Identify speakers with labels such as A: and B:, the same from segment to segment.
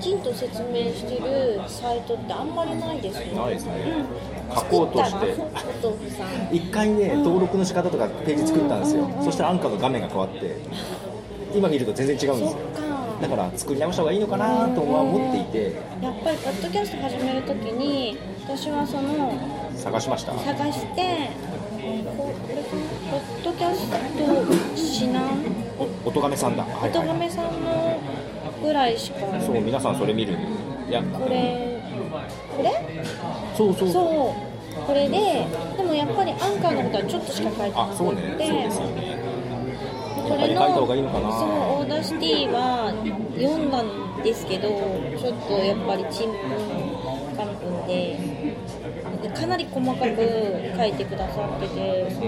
A: きんと説明してるサイトってあんまりないですよね
B: ないですね
A: うん
B: 書こうとして
A: 作ったらお豆腐さん
B: 一回ね、登録の仕方とかページ作ったんですよ、そしたらアンカーの画面が変わって今見ると全然違うんです
A: そっ
B: よ
A: か
B: だから作り直した方がいいのかなとは思っていて
A: やっぱりポッドキャスト始めるときに私はその
B: 探しました
A: 探してこれポッドキャスト指南
B: お音亀さんだはい
A: 音
B: は
A: 亀さんのぐらいしか
B: いそう皆さんそれ見るいや
A: これこれ
B: そうそう
A: そうこれででもやっぱりアンカーのことはちょっとしか書いてな
B: あ
A: くて
B: そうねそうですよね
A: こ
B: やっぱ
A: れ
B: り書いた
A: の
B: 方がいいのかな
A: そうオーダーシティは読んだんですけどちょっとやっぱりちんぷんかんぷんでかなり細かく書いてくださってて
B: う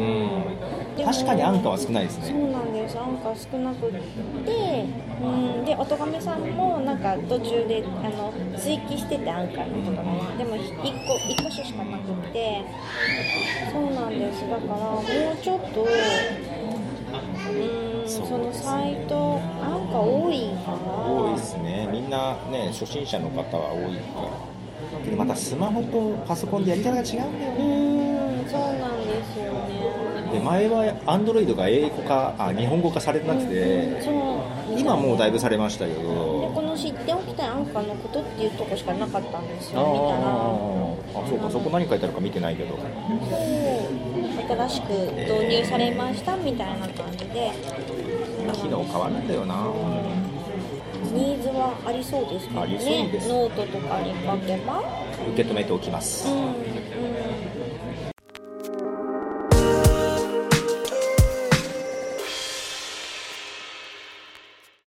A: で
B: ん
A: も
B: 確かにアンカーは少ないです
A: そ
B: ね
A: うなんですアンカー少なくってうんで音亀さんもなんか途中であの追記しててアンカーのことかなでも1個一箇所しかなくってそうなんですだからもうちょっとうんそのサイトアンカー多いから
B: 多いですねみんなね初心者の方は多いからけどまたスマホとパソコンでやり方が違うんだよね
A: うんそうなんですよね
B: で前はアンドロイドが英語化あ日本語化されてなく
A: うん
B: て
A: そう
B: 今はもうだいぶされましたけ
A: でこ
B: ど
A: の知っておきたいアンカーのことっていうとこしかなかったんです
B: あー
A: よ見たら
B: あそうかそこ何書いてあるか見てないけど
A: 新しく導入されましたみたいな感じで
B: 機能変わるんだよな
A: ニーズはありそうですけど
B: ありそう
A: ね
B: です
A: ノートとかに書けば
B: 受け止めておきます
A: うん